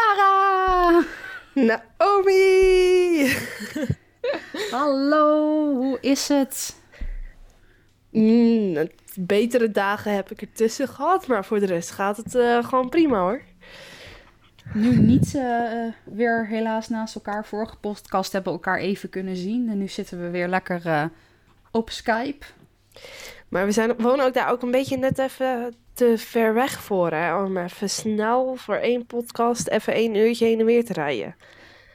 Lara! Naomi! Hallo, hoe is het? Mm, het- betere dagen heb ik ertussen gehad, maar voor de rest gaat het eh, gewoon prima hoor. Nu niet eh, eh, weer helaas naast elkaar. Vorige podcast hebben we elkaar even kunnen zien. En nu zitten we weer lekker eh, op Skype. Maar we zijn, wonen ook daar ook een beetje net even te ver weg voor hè, om even snel voor één podcast even één uurtje heen en weer te rijden.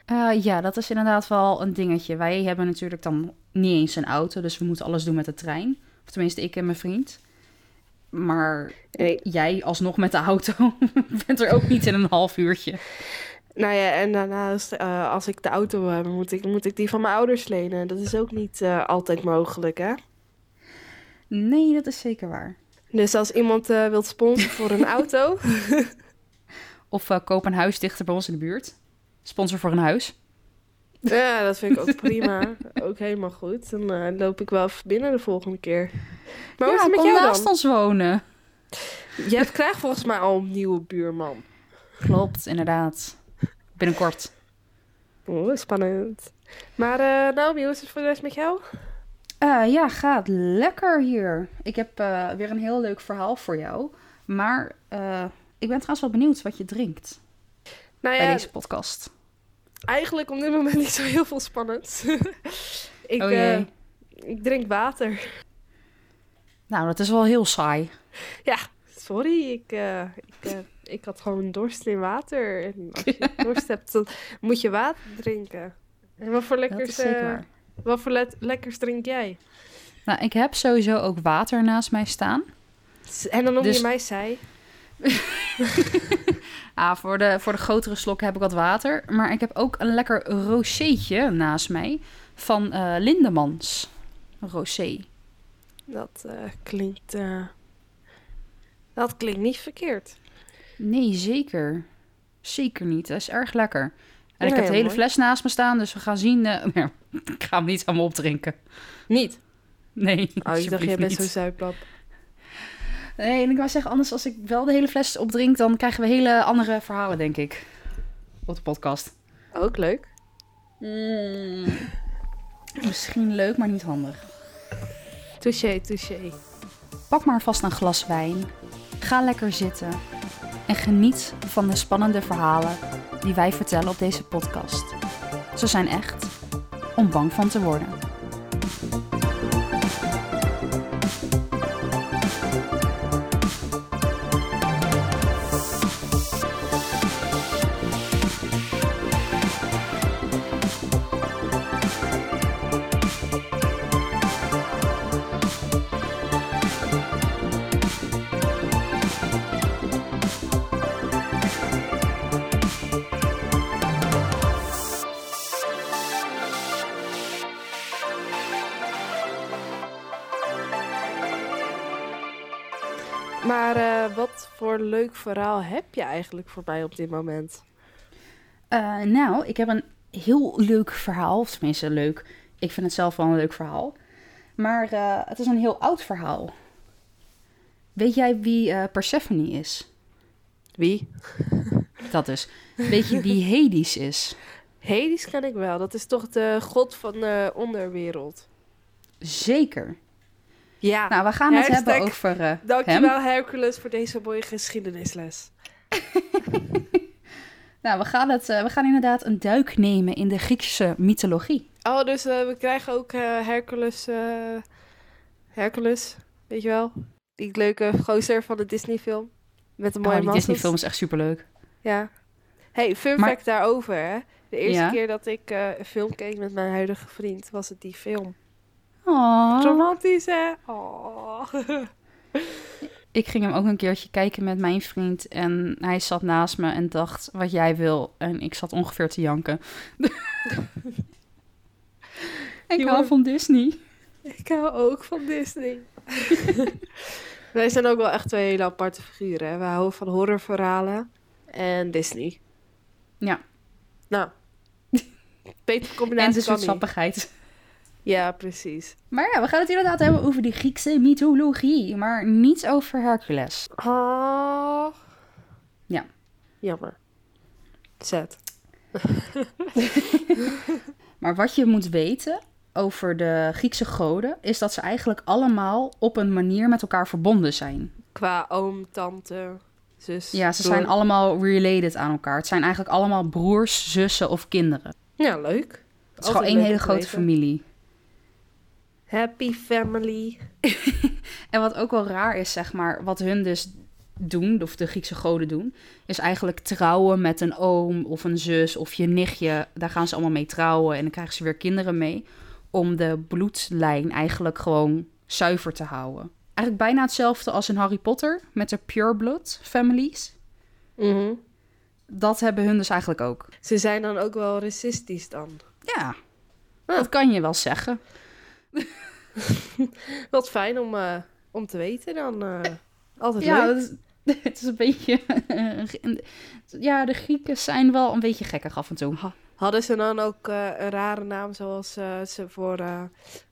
Eh, ja, dat is inderdaad wel een dingetje. Wij hebben natuurlijk dan niet eens een auto, dus we moeten alles doen met de trein. Of tenminste, ik en mijn vriend. Maar Nee, jij alsnog met de auto bent er ook niet in een half uurtje. nou ja, en daarnaast, eh, als ik de auto heb, moet ik, moet ik die van mijn ouders lenen. Dat is ook niet eh, altijd mogelijk hè. Nee, dat is zeker waar. Dus als iemand eh, wilt sponsoren voor een auto, Of eh, koop een huis dichter bij ons in de buurt. Sponsor voor een huis. Ja, dat vind ik ook prima. ook helemaal goed. Dan eh, loop ik wel even binnen de volgende keer. Maar hoe is ja, het met kom jou naast dan? ons wonen. Je hebt- krijgt volgens mij al een nieuwe buurman. Klopt, inderdaad. Binnenkort. Oh, spannend. Maar eh Naomi, hoe is het voor de rest met jou? Eh, ja, gaat lekker hier. Ik heb eh, weer een heel leuk verhaal voor jou. Maar eh, ik ben trouwens wel benieuwd wat je drinkt Nou bij ja, deze podcast. eigenlijk op dit moment niet zo heel veel spannend. ik, oh jee. eh, ik drink water. nou, dat is wel heel saai. Sorry, ik, eh, ik, eh, ik had gewoon dorst in water. En als je dorst hebt, dan moet je water drinken. En wat voor Dat is lekkers, zeker eh, waar. wat voor le- lekkers drink jij? Nou, ik heb sowieso ook water naast mij staan. En dan noem Dus- je mij zij. Ah, voor de, voor de grotere slokken heb ik wat water. Maar ik heb ook een lekker rosétje naast mij van eh, Lindemans. Rosé. Dat eh, klinkt. eh, dat klinkt niet verkeerd. Nee, zeker. Zeker niet. Dat is erg lekker. En ik Nee, heb de hele mooi. fles naast me staan, dus we gaan zien. eh, nee, ik ga hem niet allemaal opdrinken. Niet. Nee, Oh, ik dacht, jij alsjeblieft bent niet. zo'n zuiplap. Nee, en ik wou zeggen, anders als ik wel de hele fles opdrink, dan krijgen we hele andere verhalen, denk ik. Op de podcast. Ook leuk. Mm. Misschien leuk, maar niet handig. Touché, touché. Pak maar vast een glas wijn. Ga lekker zitten. En geniet van de spannende verhalen die wij vertellen op deze podcast. Ze zijn echt om bang van te worden. Maar eh, wat voor leuk verhaal heb je eigenlijk voor mij op dit moment? Eh, nou, ik heb een heel leuk verhaal. Of tenminste, leuk. Ik vind het zelf wel een leuk verhaal. Maar eh, het is een heel oud verhaal. Weet jij wie eh, Persephone is? Wie? Dat is. Weet je wie Hades is? Hades ken ik wel. Dat is toch de god van de onderwereld. Zeker. Ja. Nou, we gaan het Hashtag hebben over eh hem. Dankjewel Hercules voor deze mooie geschiedenisles. Nou, we gaan, het, eh, we gaan inderdaad een duik nemen in de Griekse mythologie. Oh, dus eh, we krijgen ook eh, Hercules. eh, Hercules, weet je wel? Die leuke gozer van de Disney-film. Met de mooie oh, die maskers. Disney-film is echt superleuk. Ja. Hey, fun Maar- fact daarover, hè? De eerste Ja. keer dat ik eh, een film keek met mijn huidige vriend, was het die film. Oh. Romantisch, hè? Oh. Ik ging hem ook een keertje kijken met mijn vriend. En hij zat naast me en dacht, wat jij wil. En ik zat ongeveer te janken. ik hou Jongen. van Disney. ik hou ook van Disney. Wij zijn ook wel echt twee hele aparte figuren, hè? We houden van horrorverhalen en Disney. Ja. Nou, betere en combinatie de kan niet. zoetsappigheid. Ja, precies. Maar ja, we gaan het inderdaad hebben over die Griekse mythologie. Maar niet over Hercules. Oh. Ah. Ja. Jammer. Zet. Maar wat je moet weten over de Griekse goden is dat ze eigenlijk allemaal op een manier met elkaar verbonden zijn. Qua oom, tante, zus. Ja, ze broer. zijn allemaal related aan elkaar. Het zijn eigenlijk allemaal broers, zussen of kinderen. Ja, leuk. Het is gewoon één hele grote familie. Happy family. En wat ook wel raar is, zeg maar, wat hun dus doen, of de Griekse goden doen, is eigenlijk trouwen met een oom of een zus of je nichtje. Daar gaan ze allemaal mee trouwen en dan krijgen ze weer kinderen mee. Om de bloedlijn eigenlijk gewoon zuiver te houden. Eigenlijk bijna hetzelfde als in Harry Potter met de pureblood families. Mhm. Dat hebben hun dus eigenlijk ook. Ze zijn dan ook wel racistisch dan. Ja, dat kan je wel zeggen. Wat fijn om, eh, om te weten dan. eh. altijd Ja, leuk. dat is, het is een beetje... ja, de Grieken zijn wel een beetje gekkig af en toe. Hadden ze dan ook eh, een rare naam zoals eh, ze voor eh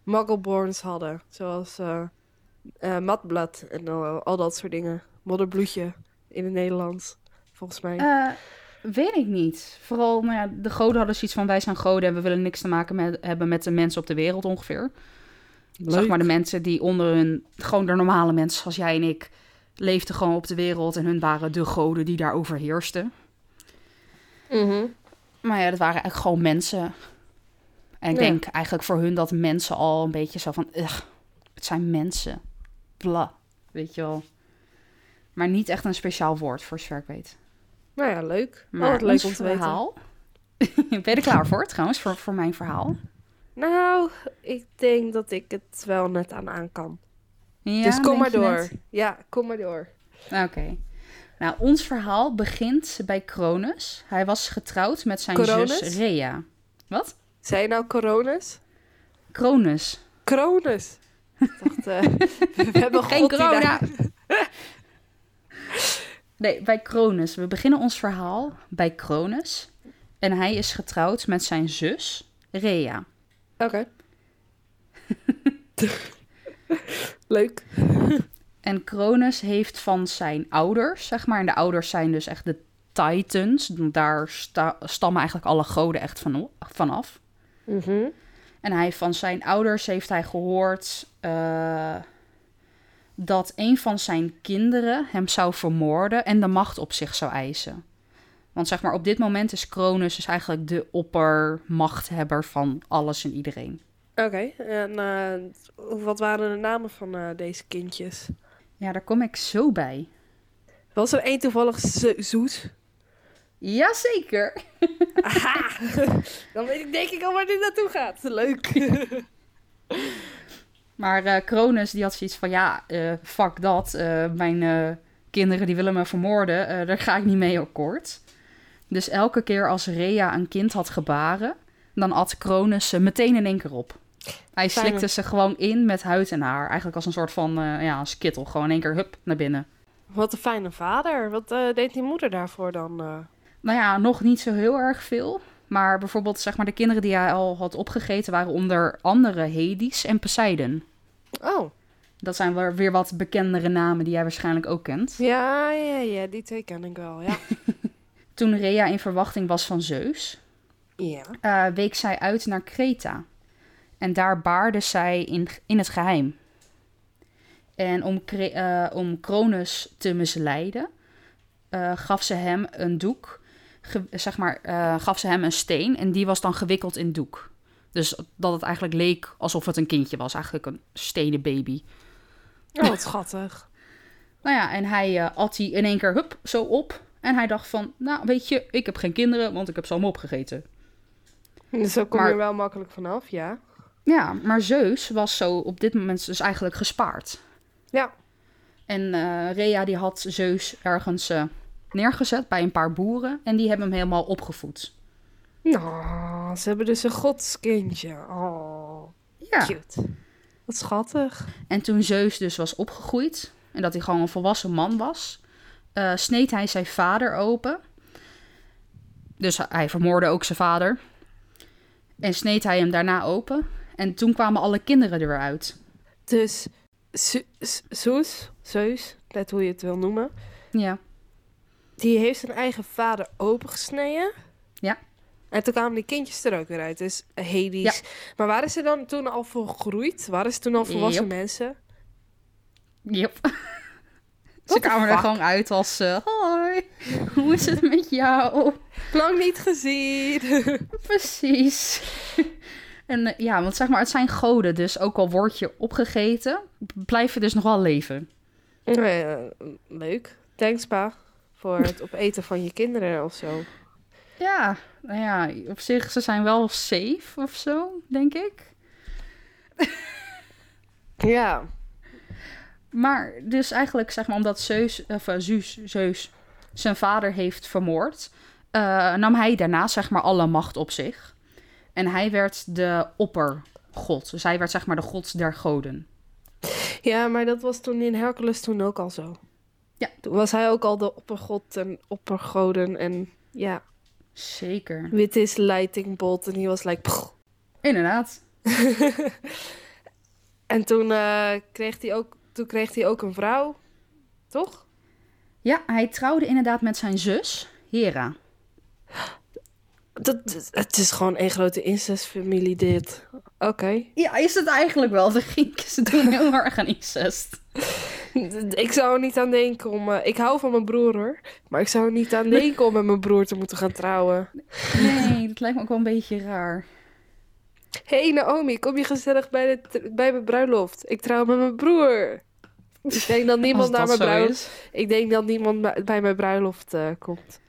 Muggleborns hadden? Zoals eh eh, matblad en al, al dat soort dingen. Modderbloedje in het Nederlands, volgens mij. Eh, weet ik niet. Vooral, nou ja, de goden hadden zoiets van... wij zijn goden en we willen niks te maken met, hebben met de mensen op de wereld ongeveer. Zeg maar de mensen die onder hun... gewoon de normale mensen zoals jij en ik... leefden gewoon op de wereld en hun waren de goden die daar overheersten. Eh. Mhm. Maar ja, dat waren eigenlijk gewoon mensen. En ik Ja. denk eigenlijk voor hun dat mensen al een beetje zo van... Ugh, het zijn mensen. Bla. Weet je wel. Maar niet echt een speciaal woord, voor zover ik weet. Nou ja, leuk. Maar Altijd leuk ons om te verhaal... ben je er klaar voor, trouwens, voor, voor mijn verhaal? weten. Nou, ik denk dat ik het wel net aan aan kan. Ja, dus kom denk maar je door. net? Ah, Ja, kom maar door. Oké. Nou, ons verhaal begint bij Cronus. Hij was getrouwd met zijn zus Cronus? Rhea. Wat? Zijn nou coronas? Cronus. Cronus. Ik dacht, eh, we hebben Geen God die corona. daar- Nee, bij Cronus. We beginnen ons verhaal bij Cronus. En hij is getrouwd met zijn zus, Rhea. Oké. leuk. En Cronus heeft van zijn ouders, zeg maar. En de ouders zijn dus echt de Titans. Daar sta- stammen eigenlijk alle goden echt van, vanaf. Mhm. En hij van zijn ouders heeft hij gehoord eh, dat een van zijn kinderen hem zou vermoorden en de macht op zich zou eisen. Want zeg maar, op dit moment is Cronus dus eigenlijk de oppermachthebber van alles en iedereen. Oké, en eh, wat waren de namen van eh, deze kindjes? Ja, daar kom ik zo bij. Was er één toevallig zo- zoet? Jazeker! Aha! Dan weet ik denk ik al waar dit naartoe gaat. Leuk. Maar eh Cronus die had zoiets van, ja, eh, fuck dat. eh, mijn eh, kinderen die willen me vermoorden. eh, daar ga ik niet mee akkoord. Dus elke keer als Rhea een kind had gebaren, dan at Cronus ze meteen in één keer op. Hij Fijn. slikte ze gewoon in met huid en haar. Eigenlijk als een soort van, eh, ja, als kittel. Gewoon in één keer, hup, naar binnen. wat een fijne vader. Wat eh, deed die moeder daarvoor dan? eh? Nou ja, nog niet zo heel erg veel. Maar bijvoorbeeld, zeg maar, de kinderen die hij al had opgegeten waren onder andere Hades en Poseidon. Oh, Dat zijn wel weer wat bekendere namen die jij waarschijnlijk ook kent. ja, ja, ja. Die twee ken ik wel, ja. Toen Rhea in verwachting was van Zeus, ja. eh, week zij uit naar Kreta. En daar baarde zij in, in het geheim. En om, Cre- eh, om Cronus te misleiden, eh, gaf ze hem een doek. ge- zeg maar, eh, gaf ze hem een steen en die was dan gewikkeld in doek. Dus dat het eigenlijk leek alsof het een kindje was. Eigenlijk een stenen baby. Oh, wat schattig. Nou ja, en hij eh, at die in één keer hup, zo op. En hij dacht van, nou weet je, ik heb geen kinderen, want ik heb ze allemaal opgegeten. Dus zo kom Maar- je er wel makkelijk vanaf, ja. Ja, maar Zeus was zo op dit moment dus eigenlijk gespaard. Ja. En eh, Rhea die had Zeus ergens eh, neergezet bij een paar boeren en die hebben hem helemaal opgevoed. Nou, ze hebben dus een godskindje. Oh, Ja. cute. Wat schattig. En toen Zeus dus was opgegroeid en dat hij gewoon een volwassen man was, eh, sneed hij zijn vader open. Dus hij vermoorde ook zijn vader. En sneed hij hem daarna open. En toen kwamen alle kinderen er weer uit. Dus Zeus, Zeus, net hoe je het wil noemen, Ja. die heeft zijn eigen vader opengesneden. Ja. En toen kwamen die kindjes er ook weer uit. Dus Hades. Maar waren ze dan toen al volgroeid? Waren ze toen al volwassen Yep. mensen? Yep. Ze the kwamen er fuck? gewoon uit als... eh, Hoi, hoe is het met jou? Lang niet gezien. Precies. En eh, ja, want zeg maar, het zijn goden. Dus ook al word je opgegeten, blijf je dus nog wel leven. Eh, leuk. Thanks, pa. Voor het opeten van je kinderen of zo. Ja, nou ja, op zich, ze zijn wel safe of zo, denk ik. Ja. Maar dus eigenlijk, zeg maar, omdat Zeus, of eh, Zeus, Zeus zijn vader heeft vermoord, eh, nam hij daarna, zeg maar, alle macht op zich. En hij werd de oppergod. Dus hij werd, zeg maar, de god der goden. Ja, maar dat was toen in Hercules toen ook al zo. Ja. Toen was hij ook al de oppergod en oppergoden en ja, Zeker. wit is lightning bolt en hij was like... "Pff." Inderdaad. En toen, eh, kreeg hij ook, toen kreeg hij ook een vrouw, toch? Ja, hij trouwde inderdaad met zijn zus, Hera. Dat, dat- het is gewoon één grote incestfamilie dit. Oké. Ja, is het eigenlijk wel. De Grieken ze doen heel erg aan incest. Ik zou er niet aan denken om... eh, ik hou van mijn broer hoor, maar ik zou er niet aan denken om met mijn broer te moeten gaan trouwen. Nee, dat lijkt me ook wel een beetje raar. hey Naomi, kom je gezellig bij, de, tr- bij mijn bruiloft? Ik trouw met mijn broer. Ik denk dat niemand Als naar dat mijn zo bruiloft... is. Ik denk dat niemand bij- bij mijn bruiloft eh, komt.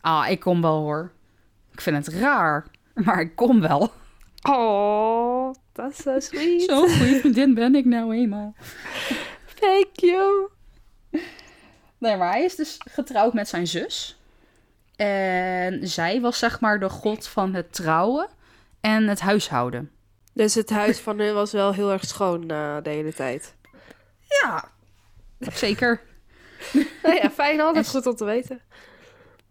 Ah, ik kom wel hoor. Ik vind het raar, maar ik kom wel. Oh, dat is zo sweet. Zo'n goede vriendin ben ik nou eenmaal. Thank you. Nee, maar hij is dus getrouwd met zijn zus. En zij was zeg maar de god van het trouwen en het huishouden. Dus het huis van hun was wel heel erg schoon eh, de hele tijd. Ja, zeker. Nou ja, fijn, altijd En- goed om te weten.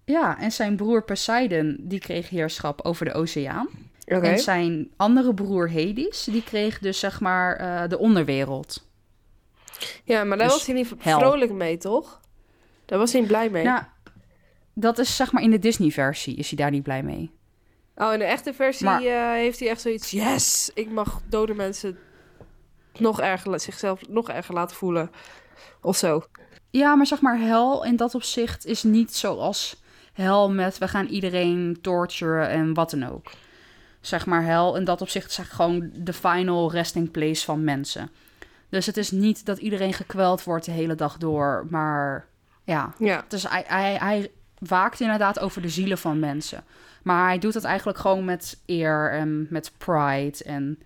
Ja, en zijn broer Poseidon, die kreeg heerschap over de oceaan. Oké. En zijn andere broer Hades, die kreeg dus zeg maar eh, de onderwereld. Ja, maar daar dus was hij niet hel. vrolijk mee, toch? Daar was hij niet blij mee. Nou, dat is zeg maar in de Disney-versie is hij daar niet blij mee. Oh, in de echte versie Maar- eh, heeft hij echt zoiets... Yes, ik mag dode mensen nog erger, la- zichzelf nog erger laten voelen. Of zo. Ja, maar zeg maar, hel in dat opzicht is niet zoals hel met we gaan iedereen torturen en wat dan ook. Zeg maar, hel in dat opzicht is eigenlijk gewoon de final resting place van mensen. Dus het is niet dat iedereen gekweld wordt de hele dag door, maar ja. Ja. Dus hij, hij, hij waakt inderdaad over de zielen van mensen. Maar hij doet dat eigenlijk gewoon met eer en met pride. En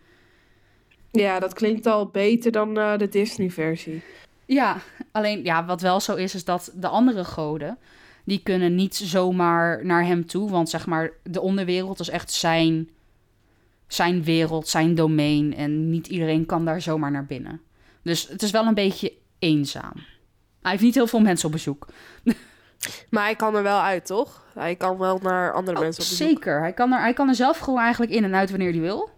ja, dat klinkt al beter dan eh, de Disney-versie. ja, alleen ja, wat wel zo is, is dat de andere goden. die kunnen niet zomaar naar hem toe. Want zeg maar, de onderwereld is echt zijn. zijn wereld, zijn domein. En niet iedereen kan daar zomaar naar binnen. Dus het is wel een beetje eenzaam. Hij heeft niet heel veel mensen op bezoek. Maar hij kan er wel uit, toch? Hij kan wel naar andere Oh, mensen op bezoek. Zeker. Hij kan, er, hij kan er zelf gewoon eigenlijk in en uit wanneer hij wil. Nou,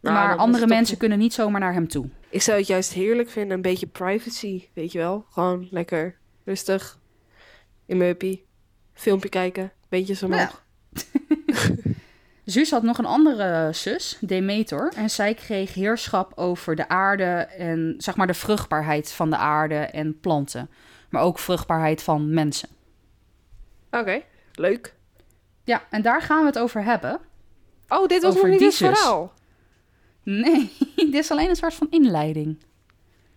dan maar is andere het toch mensen niet- kunnen niet zomaar naar hem toe. Ik zou het juist heerlijk vinden, een beetje privacy, weet je wel? Gewoon lekker rustig, in mijn uppie, filmpje kijken, beentjes omhoog. Nou Zeus had nog een andere zus, Demeter. En zij kreeg heerschap over de aarde en zeg maar de vruchtbaarheid van de aarde en planten. Maar ook vruchtbaarheid van mensen. Oké, leuk. Ja, en daar gaan we het over hebben. Oh, dit was Over nog niet die het zus. verhaal. Nee, dit is alleen een soort van inleiding.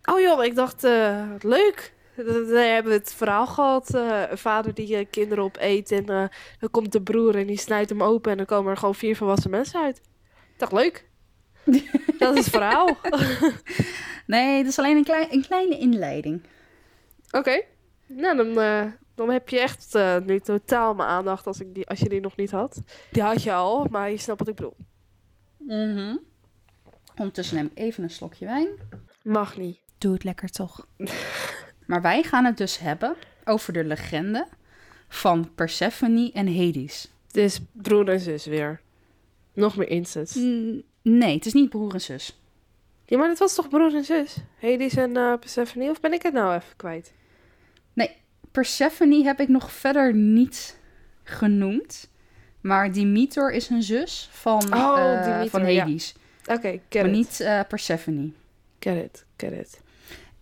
Oh joh, ik dacht, eh, leuk. Dan hebben we het verhaal gehad. eh, een vader die eh, kinderen opeet en eh, dan komt de broer en die snijdt hem open en dan komen er gewoon vier volwassen mensen uit. Ik dacht, leuk. Dat is het verhaal. Oké. Nee, dit is alleen een, klei- een kleine inleiding. Nou, dan, eh, dan heb je echt eh, nu totaal mijn aandacht als, ik die, als je die nog niet had. Die had je al, maar je snapt wat ik bedoel. Mhm. Ondertussen neem ik even een slokje wijn. Mag niet. Doe het lekker toch. maar wij gaan het dus hebben over de legende van Persephone en Hades. Dus broer en zus weer. Nog meer instance. Mm, Nee, het is niet broer en zus. Ja, maar dat was toch broer en zus? Hades en eh Persephone? Of ben ik het nou even kwijt? Persephone heb ik nog verder niet genoemd. Maar Demeter is een zus van, Oh, eh, Demeter, van ja. Hades. Oké, get Maar it. niet eh, Persephone. Get it, get it.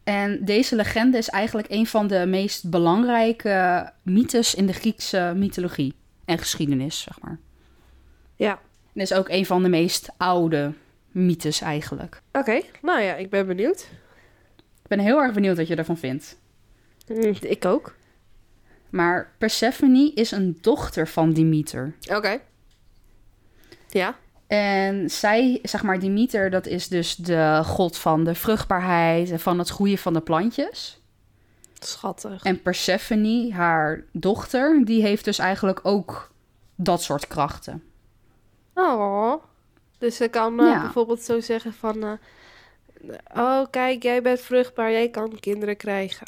En deze legende is eigenlijk een van de meest belangrijke mythes in de Griekse mythologie en geschiedenis, zeg maar. Ja, En is ook een van de meest oude mythes eigenlijk. oké. Nou ja, ik ben benieuwd. Ik ben heel erg benieuwd wat je ervan vindt. Ik ook. Maar Persephone is een dochter van Demeter. Oké. Ja. En zij, zeg maar, Demeter, dat is dus de god van de vruchtbaarheid en van het groeien van de plantjes. Schattig. En Persephone, haar dochter, die heeft dus eigenlijk ook dat soort krachten. Oh. Dus ze kan eh, Ja. bijvoorbeeld zo zeggen van... eh, oh, kijk, jij bent vruchtbaar, jij kan kinderen krijgen.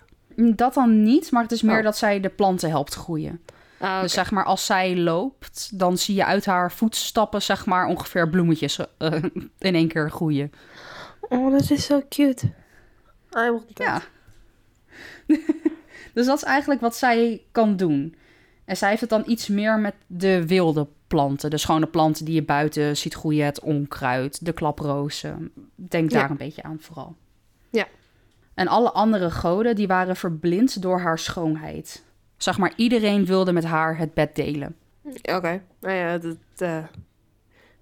Dat dan niet, maar het is meer Oh. dat zij de planten helpt groeien. Ah, Dus zeg maar, als zij loopt, dan zie je uit haar voetstappen, zeg maar, ongeveer bloemetjes eh, in één keer groeien. Oh, dat is zo cute. I want that. Ja. dus dat is eigenlijk wat zij kan doen. En zij heeft het dan iets meer met de wilde planten. De schone planten die je buiten ziet groeien. Het onkruid, de klaprozen. Denk daar Ja. een beetje aan vooral. Ja. En alle andere goden die waren verblind door haar schoonheid. Zeg maar, iedereen wilde met haar het bed delen. Oké. Nou ja, dat... eh,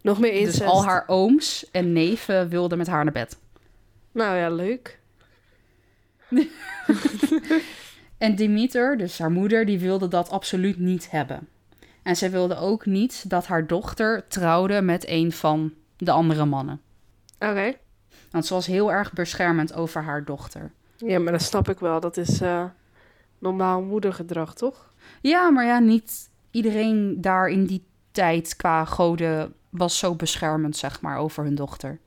nog meer incest. Dus al haar ooms en neven wilden met haar naar bed. Nou ja, leuk. En Demeter, dus haar moeder, die wilde dat absoluut niet hebben. En zij wilde ook niet dat haar dochter trouwde met een van de andere mannen. Oké. Want ze was heel erg beschermend over haar dochter. Ja, maar dat snap ik wel. Dat is eh, normaal moedergedrag, toch? Ja, maar ja, niet iedereen daar in die tijd qua goden was zo beschermend, zeg maar, over hun dochter.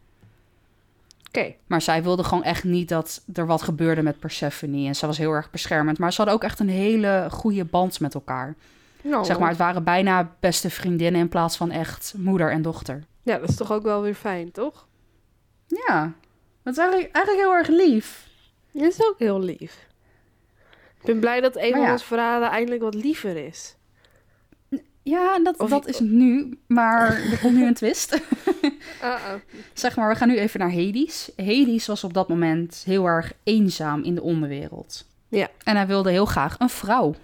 Oké. Maar zij wilde gewoon echt niet dat er wat gebeurde met Persephone. En ze was heel erg beschermend. Maar ze hadden ook echt een hele goede band met elkaar. Nou, Zeg maar, het waren bijna beste vriendinnen in plaats van echt moeder en dochter. Ja, dat is toch ook wel weer fijn, toch? Ja, dat is eigenlijk, eigenlijk heel erg lief. Dat is ook heel lief. Ik ben blij dat een Maar van ja. ons verhalen eindelijk wat liever is. Ja, en dat, Of- dat is het nu, maar er komt nu een twist. Uh-oh. zeg maar, we gaan nu even naar Hades. Hades was op dat moment heel erg eenzaam in de onderwereld. Ja. En hij wilde heel graag een vrouw,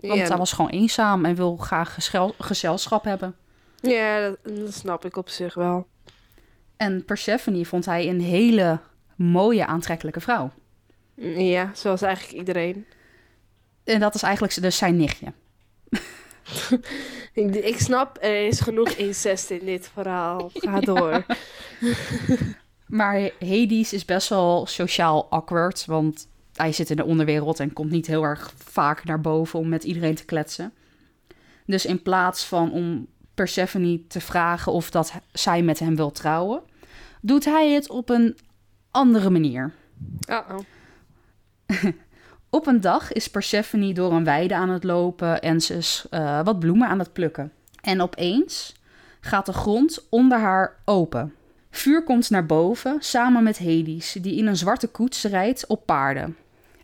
want Ja, hij was gewoon eenzaam en wil graag geschel- gezelschap hebben. ja dat, dat snap ik op zich wel. En Persephone vond hij een hele mooie, aantrekkelijke vrouw. Ja, zoals eigenlijk iedereen. En dat is eigenlijk dus zijn nichtje. Ik, ik snap, er is genoeg incest in dit verhaal. Ga door. Maar Hades is best wel sociaal awkward, want hij zit in de onderwereld en komt niet heel erg vaak naar boven om met iedereen te kletsen. Dus in plaats van om Persephone te vragen of dat zij met hem wil trouwen, doet hij het op een andere manier. Uh-oh. Op een dag is Persephone door een weide aan het lopen en ze is eh, wat bloemen aan het plukken. En opeens gaat de grond onder haar open. Vuur komt naar boven samen met Hades, die in een zwarte koets rijdt op paarden.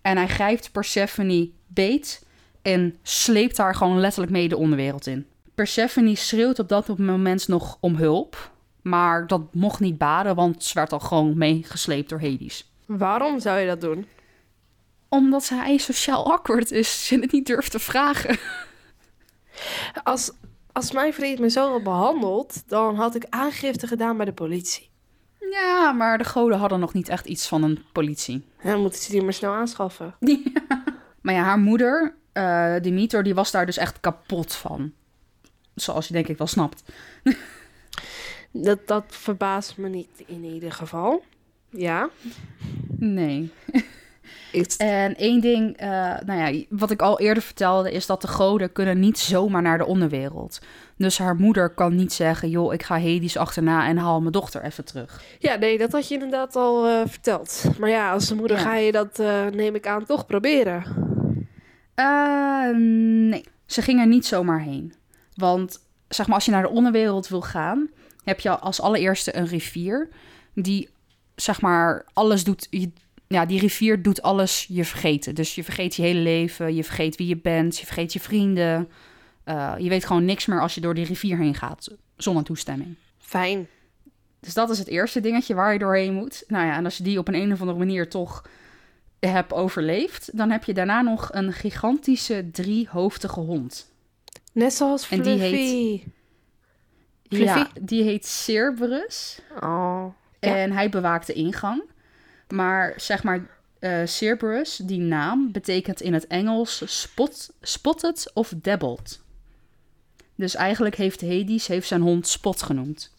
En hij grijpt Persephone beet en sleept haar gewoon letterlijk mee de onderwereld in. Persephone schreeuwt op dat moment nog om hulp, maar dat mocht niet baden, want ze werd al gewoon meegesleept door Hades Waarom zou je dat doen? omdat hij sociaal awkward is en het niet durft te vragen. Als, als mijn vriend me zo had behandeld, dan had ik aangifte gedaan bij de politie. Ja, maar de goden hadden nog niet echt iets van een politie. En dan moeten ze die maar snel aanschaffen. Maar ja, haar moeder, eh Demeter, die was daar dus echt kapot van. Zoals je denk ik wel snapt. Dat, dat verbaast me niet in ieder geval. Ja. Nee. Ik, En één ding, eh, nou ja, wat ik al eerder vertelde, is dat de goden kunnen niet zomaar naar de onderwereld. Dus haar moeder kan niet zeggen, joh, ik ga Hades achterna en haal mijn dochter even terug. Ja, nee, dat had je inderdaad al eh, verteld. Maar ja, als moeder Ja. ga je dat, eh, neem ik aan, toch proberen. Eh, nee. Ze ging er niet zomaar heen. Want zeg maar, als je naar de onderwereld wil gaan, heb je als allereerste een rivier die zeg maar alles doet. Je, ja, die rivier doet alles je vergeten. Dus je vergeet je hele leven, je vergeet wie je bent, je vergeet je vrienden. Eh, je weet gewoon niks meer als je door die rivier heen gaat, zonder toestemming. Fijn. Dus dat is het eerste dingetje waar je doorheen moet. Nou ja, en als je die op een, een of andere manier toch hebt overleefd, dan heb je daarna nog een gigantische driehoofdige hond. Net zoals En Fluffy. die heet- Fluffy? Ja, die heet Cerberus. Oh. Ja. En hij bewaakt de ingang. Maar zeg maar, eh Cerberus, die naam, betekent in het Engels spot, spotted of dabbled. Dus eigenlijk heeft Hades heeft zijn hond Spot genoemd.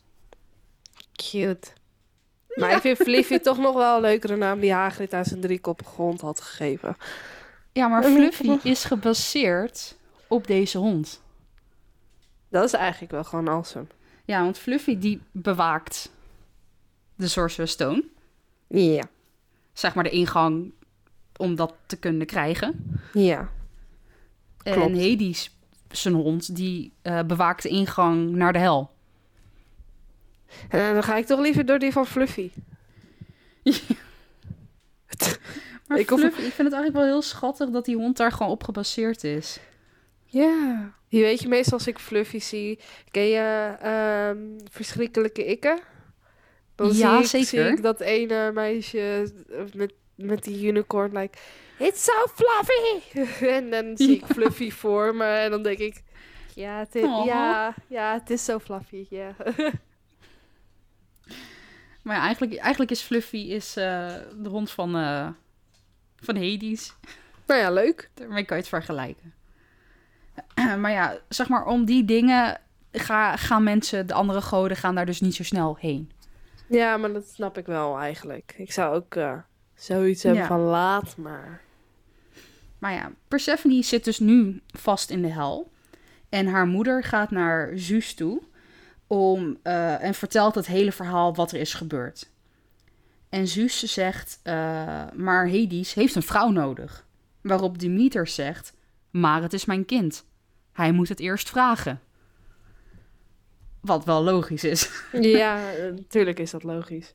Cute. Maar ik vind Fluffy toch nog wel een leukere naam die Hagrid aan zijn driekoppige hond had gegeven. Ja, maar Oh, Fluffy grappig. is gebaseerd op deze hond. Dat is eigenlijk wel gewoon awesome. Ja, want Fluffy die bewaakt de Sorcerer's Stone. Ja. Zeg maar de ingang om dat te kunnen krijgen. Ja. Klopt. En Hades, zijn hond, die eh, bewaakt de ingang naar de hel. En dan ga ik toch liever door die van Fluffy. Maar Ik ik, hoef- ik vind het eigenlijk wel heel schattig dat die hond daar gewoon op gebaseerd is. Ja. Je weet je, meestal als ik Fluffy zie, ken je ehm, verschrikkelijke ikken? Dan Ja, zie, ik, zie zeker. ik dat ene meisje eh, met, met die unicorn, like, it's so fluffy! en dan zie ik Fluffy voor me en dan denk ik, ja, het is, Aw. ja, ja, het is zo fluffy, ja. Maar ja, eigenlijk, eigenlijk is Fluffy is, eh, de hond van, eh, van Hades. nou ja, leuk. Daarmee kan je het vergelijken. maar ja, zeg maar, om die dingen ga, gaan mensen, de andere goden, gaan daar dus niet zo snel heen. Ja, maar dat snap ik wel eigenlijk. Ik zou ook eh, zoiets hebben Ja. van laat maar. Maar ja, Persephone zit dus nu vast in de hel. En haar moeder gaat naar Zeus toe om, eh, en vertelt het hele verhaal wat er is gebeurd. En Zeus zegt, eh, maar Hades heeft een vrouw nodig. Waarop Demeter zegt, maar het is mijn kind. Hij moet het eerst vragen. Wat wel logisch is. ja, eh, natuurlijk is dat logisch.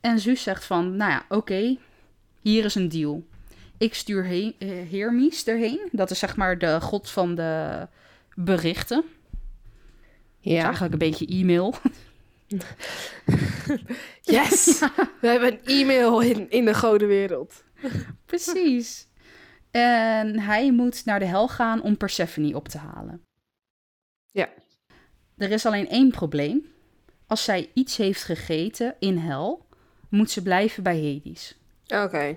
En Zeus zegt van, nou ja, oké, hier is een deal. Ik stuur he- eh, Hermes erheen. Dat is zeg maar de god van de berichten. Dat is Ja. eigenlijk een beetje e-mail. Yes! We hebben een e-mail in, in de godenwereld. Precies. En hij moet naar de hel gaan om Persephone op te halen. Ja. Er is alleen één probleem. Als zij iets heeft gegeten in hel, moet ze blijven bij Hades. Oké.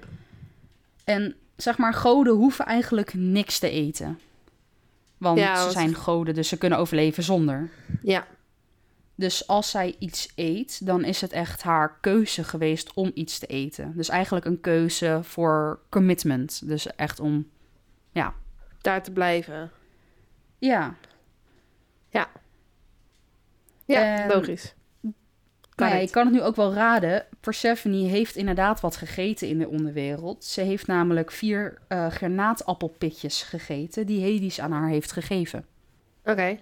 En zeg maar, goden hoeven eigenlijk niks te eten. Want Ja, ze want- zijn goden, dus ze kunnen overleven zonder. Ja. Dus als zij iets eet, dan is het echt haar keuze geweest om iets te eten. Dus eigenlijk een keuze voor commitment. Dus echt om. Daar te blijven. Ja. Ja, En- logisch. Kan Nou ja, het. je kan het nu ook wel raden. Persephone heeft inderdaad wat gegeten in de onderwereld. Ze heeft namelijk vier eh granaatappelpitjes gegeten die Hades aan haar heeft gegeven. Oké.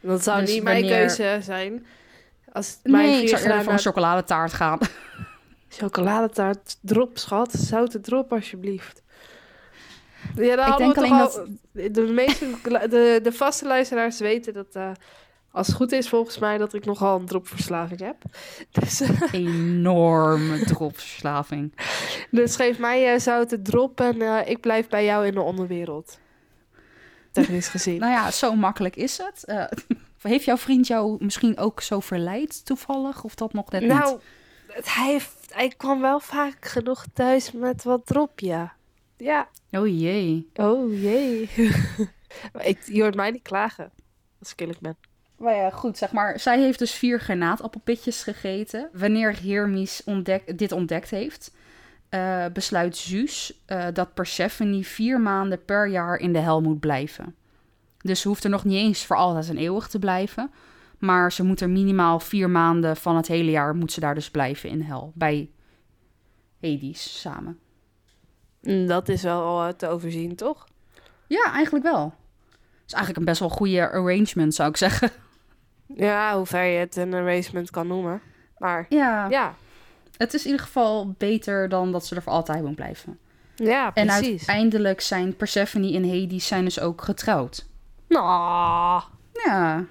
Dat zou Dus niet mijn wanneer- keuze zijn. Als het mijn Nee, ik zou eerder viergraden- voor een chocoladetaart gaan. Chocoladetaart, drop, schat. Zouten drop, alsjeblieft. Ja, dan Ik hadden denk we toch alleen al... De, meeste, de, de vaste luisteraars weten dat... eh, als het goed is, volgens mij, dat ik nogal een dropverslaving heb. Dus, eh, Enorme dropverslaving. dus geef mij eh, zouten drop en eh, ik blijf bij jou in de onderwereld. Technisch gezien. Nou ja, zo makkelijk is het. Eh, heeft jouw vriend jou misschien ook zo verleid toevallig? Of dat nog net niet? nou, het- hij, heeft- hij kwam wel vaak genoeg thuis met wat drop, ja. Ja. Oh jee. Oh, jee. Maar ik, je hoort mij niet klagen als ik eerlijk ben. Maar ja, goed, zeg maar. Zij heeft dus vier granaatappelpitjes gegeten. Wanneer Hermes ontdek- dit ontdekt heeft, eh, besluit Zeus eh, dat Persephone vier maanden per jaar in de hel moet blijven. Dus ze hoeft er nog niet eens voor altijd en eeuwig te blijven. Maar ze moet er minimaal vier maanden van het hele jaar moet ze daar dus blijven in hel. Bij Hades samen. Mm, Dat is wel eh, te overzien, toch? Ja, eigenlijk wel. is eigenlijk een best wel goede arrangement, zou ik zeggen. Ja, hoe ver je het een arrangement kan noemen. Maar Ja. ja, Het is in ieder geval beter dan dat ze er voor altijd woon blijven. Ja, En precies. uiteindelijk zijn Persephone en Hades zijn dus ook getrouwd. Nou, Ja,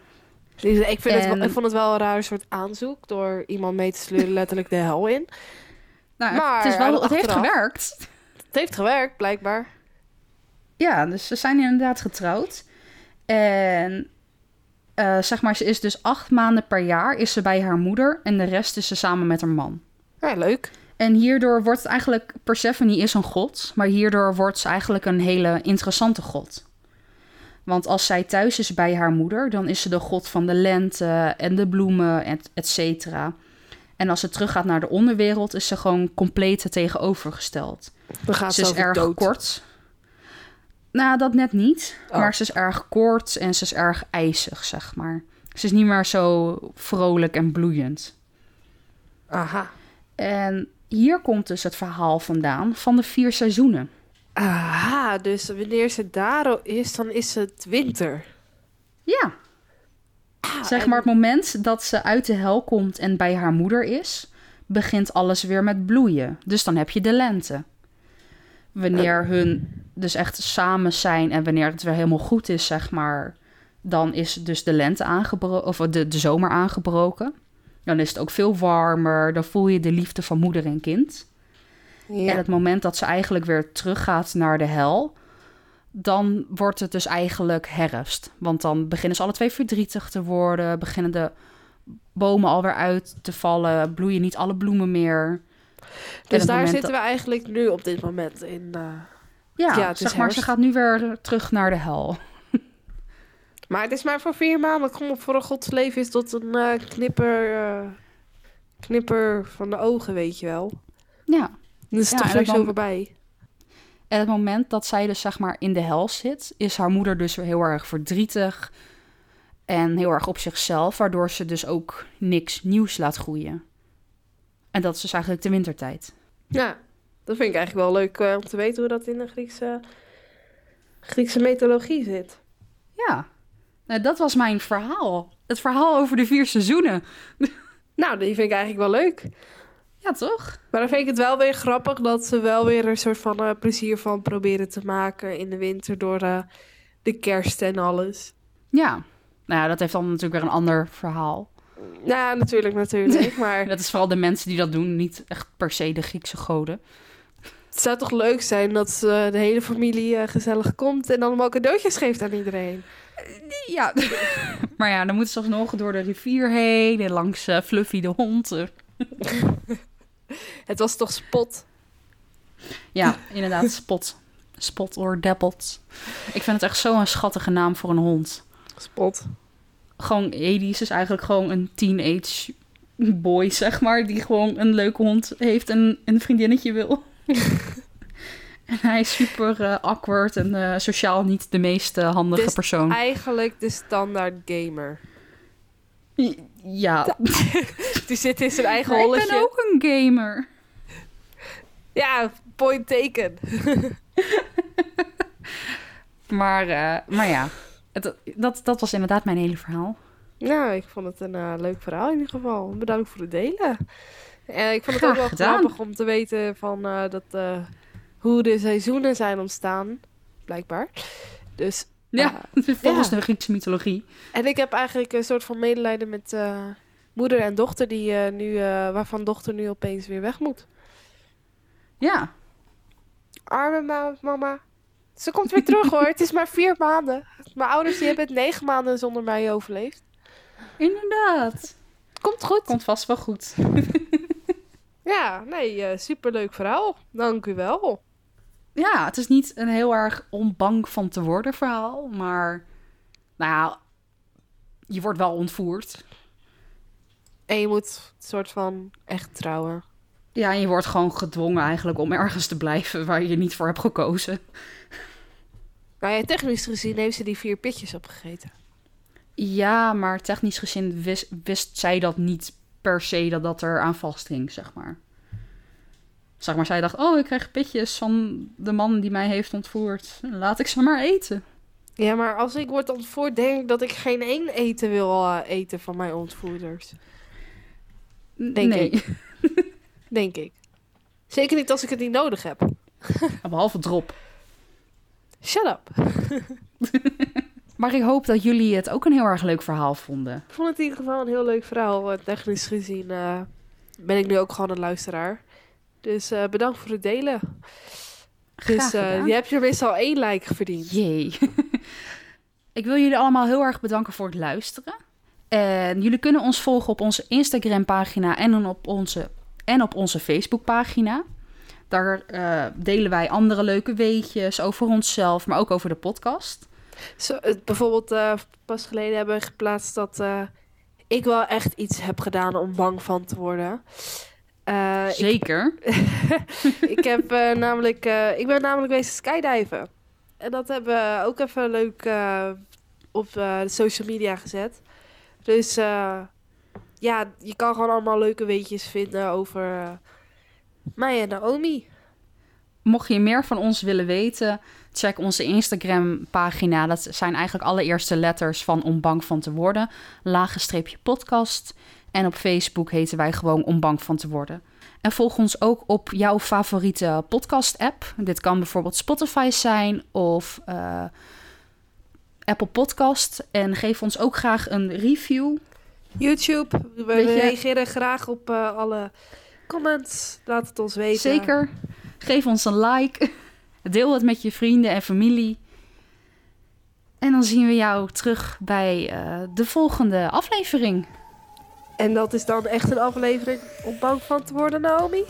Lize, ik, vind het wel- En- ik vond het wel een raar soort aanzoek door iemand mee te sleuren letterlijk de hel in. nou, Maar het, is wel, het achteraf- heeft gewerkt. Het heeft gewerkt, blijkbaar. Ja, dus ze zijn inderdaad getrouwd. En eh, zeg maar, ze is dus acht maanden per jaar is ze bij haar moeder en de rest is ze samen met haar man. Ja, leuk. En hierdoor wordt het eigenlijk, Persephone is een god, maar hierdoor wordt ze eigenlijk een hele interessante god. Want als zij thuis is bij haar moeder, dan is ze de god van de lente en de bloemen, et, et cetera. En als ze teruggaat naar de onderwereld, is ze gewoon compleet het tegenovergesteld. Dan gaat Ze ze is over erg dood. kort. Nou, dat net niet. Oh. Maar ze is erg kort en ze is erg ijzig, zeg maar. Ze is niet meer zo vrolijk en bloeiend. Aha. En hier komt dus het verhaal vandaan van de vier seizoenen. Aha, dus wanneer ze daar is, dan is het winter. Ja, Ah, zeg en- maar het moment dat ze uit de hel komt en bij haar moeder is, begint alles weer met bloeien. Dus dan heb je de lente. Eh. Wanneer hun dus echt samen zijn en wanneer het weer helemaal goed is, zeg maar, dan is dus de lente aangebroken, of de, de zomer aangebroken. Dan is het ook veel warmer, dan voel je de liefde van moeder en kind. En Ja. het moment dat ze eigenlijk weer teruggaat naar de hel, dan wordt het dus eigenlijk herfst. Want dan beginnen ze alle twee verdrietig te worden, beginnen de bomen alweer uit te vallen, bloeien niet alle bloemen meer. En Dus het daar moment zitten we eigenlijk nu op dit moment in. eh. Ja, Ja, het is zeg maar, herfst. ze gaat nu weer terug naar de hel. Maar het is maar voor vier maanden. Kom op, voor een godsleven is dat een eh, knipper, eh, knipper van de ogen, weet je wel. Ja. Dat is Ja, toch en weer dan- zo voorbij. En het moment dat zij dus zeg maar in de hel zit, is haar moeder dus heel erg verdrietig en heel erg op zichzelf, waardoor ze dus ook niks nieuws laat groeien. En dat is dus eigenlijk de wintertijd. Ja, dat vind ik eigenlijk wel leuk eh, om te weten hoe dat in de Griekse, Griekse mythologie zit. Ja, nou, dat was mijn verhaal. Het verhaal over de vier seizoenen. Nou, die vind ik eigenlijk wel leuk. Ja, toch? Maar dan vind ik het wel weer grappig dat ze wel weer een soort van eh, plezier van proberen te maken in de winter door eh, de kerst en alles. Ja. Nou ja, dat heeft dan natuurlijk weer een ander verhaal. Ja, Nou, natuurlijk, natuurlijk. Maar En dat is vooral de mensen die dat doen, niet echt per se de Griekse goden. het zou toch leuk zijn dat ze de hele familie eh, gezellig komt en dan allemaal cadeautjes geeft aan iedereen. Ja. maar ja, dan moeten ze alsnog door de rivier heen en langs eh, Fluffy de hond. eh. Het was toch spot? Ja, inderdaad, Spot. Spot or Dappelt. Ik vind het echt zo'n schattige naam voor een hond. Spot. Gewoon, Edis is eigenlijk gewoon een teenage boy, zeg maar. Die gewoon een leuke hond heeft en een vriendinnetje wil. en hij is super eh, awkward en eh, sociaal niet de meest eh, handige Dus persoon. Eigenlijk de standaard gamer. Ja, Die zit in zijn eigen maar ik ben holletje. ook een gamer. Ja, point taken. Maar, eh, maar ja, het, dat, dat was inderdaad mijn hele verhaal. Nou, ik vond het een eh, leuk verhaal in ieder geval. Bedankt voor het delen. En ik vond het Graag ook wel gedaan. grappig om te weten van, eh, dat, eh, hoe de seizoenen zijn ontstaan, blijkbaar. Dus, Ja, volgens de Griekse mythologie. en ik heb eigenlijk een soort van medelijden met eh, moeder en dochter, die, eh, nu, eh, waarvan dochter nu opeens weer weg moet. Ja, Arme ma- mama. Ze komt weer terug hoor, het is maar vier maanden. Mijn ouders die hebben het negen maanden zonder mij overleefd. inderdaad. Komt goed. Komt vast wel goed. Ja, nee, eh, superleuk verhaal. Dank u wel. Ja, het is niet een heel erg om bang van te worden verhaal, maar nou ja, je wordt wel ontvoerd. En je moet een soort van echt trouwen. Ja, en je wordt gewoon gedwongen eigenlijk om ergens te blijven waar je niet voor hebt gekozen. Nou ja, technisch gezien heeft ze die vier pitjes opgegeten. Ja, maar technisch gezien wist, wist zij dat niet per se dat dat er aan vasthing, zeg maar. Zeg maar, zij dacht, oh, ik krijg pitjes van de man die mij heeft ontvoerd. Laat ik ze maar eten. Ja, maar als ik word ontvoerd, denk ik dat ik geen één eten wil eh, eten van mijn ontvoerders. N- Denk nee. denk ik. Zeker niet als ik het niet nodig heb. Behalve drop. Shut up. Maar ik hoop dat jullie het ook een heel erg leuk verhaal vonden. Ik vond het in ieder geval een heel leuk verhaal. eh, Technisch gezien eh, ben ik nu ook gewoon een luisteraar. Dus eh, bedankt voor het delen. dus eh, gedaan. je hebt je meestal één like verdiend. Jee. ik wil jullie allemaal heel erg bedanken voor het luisteren. En jullie kunnen ons volgen op onze Instagram pagina en op onze, en op onze Facebook pagina. Daar eh, delen wij andere leuke weetjes over onszelf, maar ook over de podcast. Zo, het- bijvoorbeeld eh, pas geleden hebben we geplaatst dat eh, ik wel echt iets heb gedaan om bang van te worden. Eh, ik, Zeker. ik, heb, eh, namelijk, eh, ik ben namelijk bezig skydiven. En dat hebben we ook even leuk eh, op eh, de social media gezet. Dus eh, ja, je kan gewoon allemaal leuke weetjes vinden over eh, mij en Naomi. Mocht je meer van ons willen weten, check onze Instagram pagina. Dat zijn eigenlijk allereerste letters van Om Bang van te worden. Lage streepje podcast. En op Facebook heten wij gewoon Om Bang van te worden. En volg ons ook op jouw favoriete podcast app. Dit kan bijvoorbeeld Spotify zijn of eh, Apple Podcast. En geef ons ook graag een review. YouTube, we Weet je- reageren graag op eh, alle comments. Laat het ons weten. Zeker. Geef ons een like. Deel het met je vrienden en familie. En dan zien we jou terug bij eh, de volgende aflevering. En dat is dan echt een aflevering om bang van te worden, Naomi?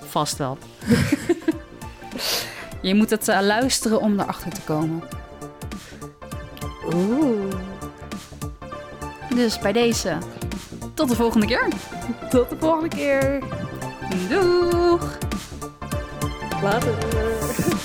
Vast wel. je moet het eh, luisteren om erachter te komen. Oeh. Dus bij deze. Tot de volgende keer. Tot de volgende keer. Doeg! Later.